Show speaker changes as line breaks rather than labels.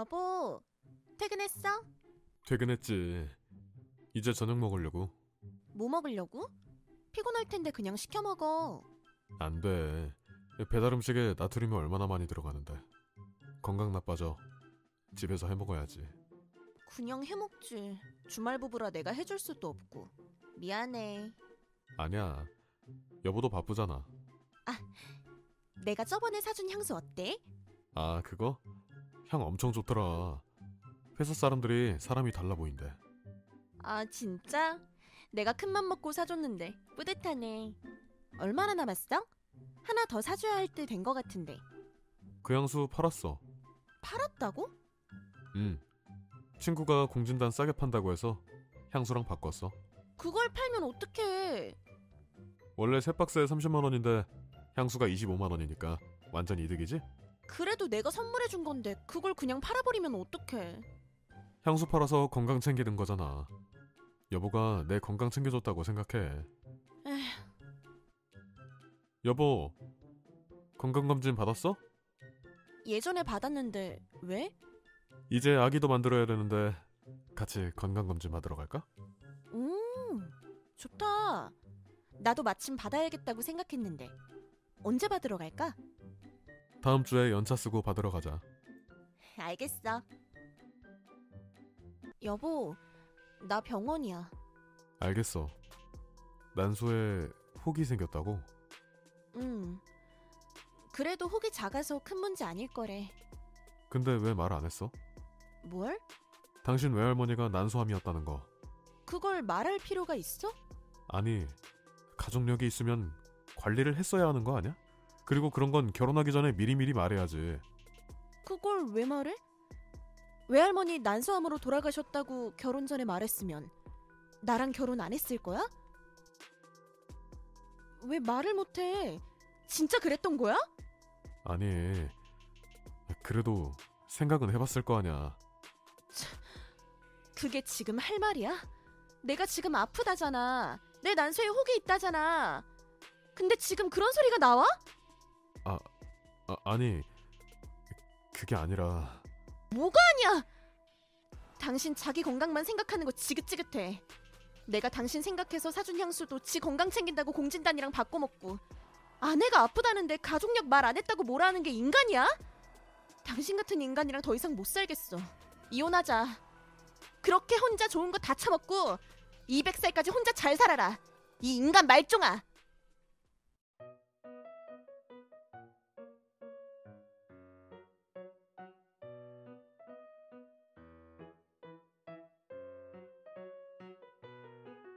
여보, 퇴근했어?
퇴근했지. 이제 저녁 먹으려고.
뭐 먹으려고? 피곤할 텐데 그냥 시켜 먹어.
안 돼. 배달 음식에 나트륨이 얼마나 많이 들어가는데. 건강 나빠져. 집에서 해 먹어야지.
그냥 해 먹지. 주말 부부라 내가 해줄 수도 없고. 미안해.
아니야. 여보도 바쁘잖아.
내가 저번에 사준 향수 어때?
아, 그거? 향 엄청 좋더라. 회사 사람들이 사람이 달라 보인대.
아, 진짜? 내가 큰맘 먹고 사줬는데 뿌듯하네. 얼마나 남았어? 하나 더 사줘야 할 때 된 것 같은데.
그 향수 팔았어.
팔았다고?
응. 친구가 공진단 싸게 판다고 해서 향수랑 바꿨어.
그걸 팔면 어떡해.
원래 세 박스에 30만 원인데 향수가 25만 원이니까 완전 이득이지?
그래도 내가 선물해 준 건데 그걸 그냥 팔아버리면 어떡해.
향수 팔아서 건강 챙기는 거잖아. 여보가 내 건강 챙겨줬다고 생각해.
에휴.
여보, 건강검진 받았어?
예전에 받았는데 왜?
이제 아기도 만들어야 되는데 같이 건강검진 받으러 갈까?
음, 좋다. 나도 마침 받아야겠다고 생각했는데 언제 받으러 갈까?
다음 주에 연차 쓰고 받으러 가자.
알겠어. 여보, 나 병원이야.
알겠어. 난소에 혹이 생겼다고?
음. 그래도 혹이 작아서 큰 문제 아닐 거래.
근데 왜 말 안 했어?
뭘?
당신 외할머니가 난소암이었다는 거.
그걸 말할 필요가 있어?
아니, 가족력이 있으면 관리를 했어야 하는 거 아니야? 그리고 그런 건 결혼하기 전에 미리미리 말해야지.
그걸 왜 말해? 외할머니 난소암으로 돌아가셨다고 결혼 전에 말했으면 나랑 결혼 안 했을 거야? 왜 말을 못해? 진짜 그랬던 거야?
아니, 그래도 생각은 해봤을 거 아니야.
그게 지금 할 말이야? 내가 지금 아프다잖아. 내 난소에 혹이 있다잖아. 근데 지금 그런 소리가 나와?
아, 아니, 그게 아니라
아니야. 당신 자기 건강만 생각하는 거 지긋지긋해. 내가 당신 생각해서 사준 향수도 지 건강 챙긴다고 공진단이랑 바꿔먹고 아내가 아프다는데 가족력 말 안 했다고 뭐라는 게 인간이야? 당신 같은 인간이랑 더 이상 못 살겠어. 이혼하자. 그렇게 혼자 좋은 거 다 처먹고 200살까지 혼자 잘 살아라. 이 인간 말종아.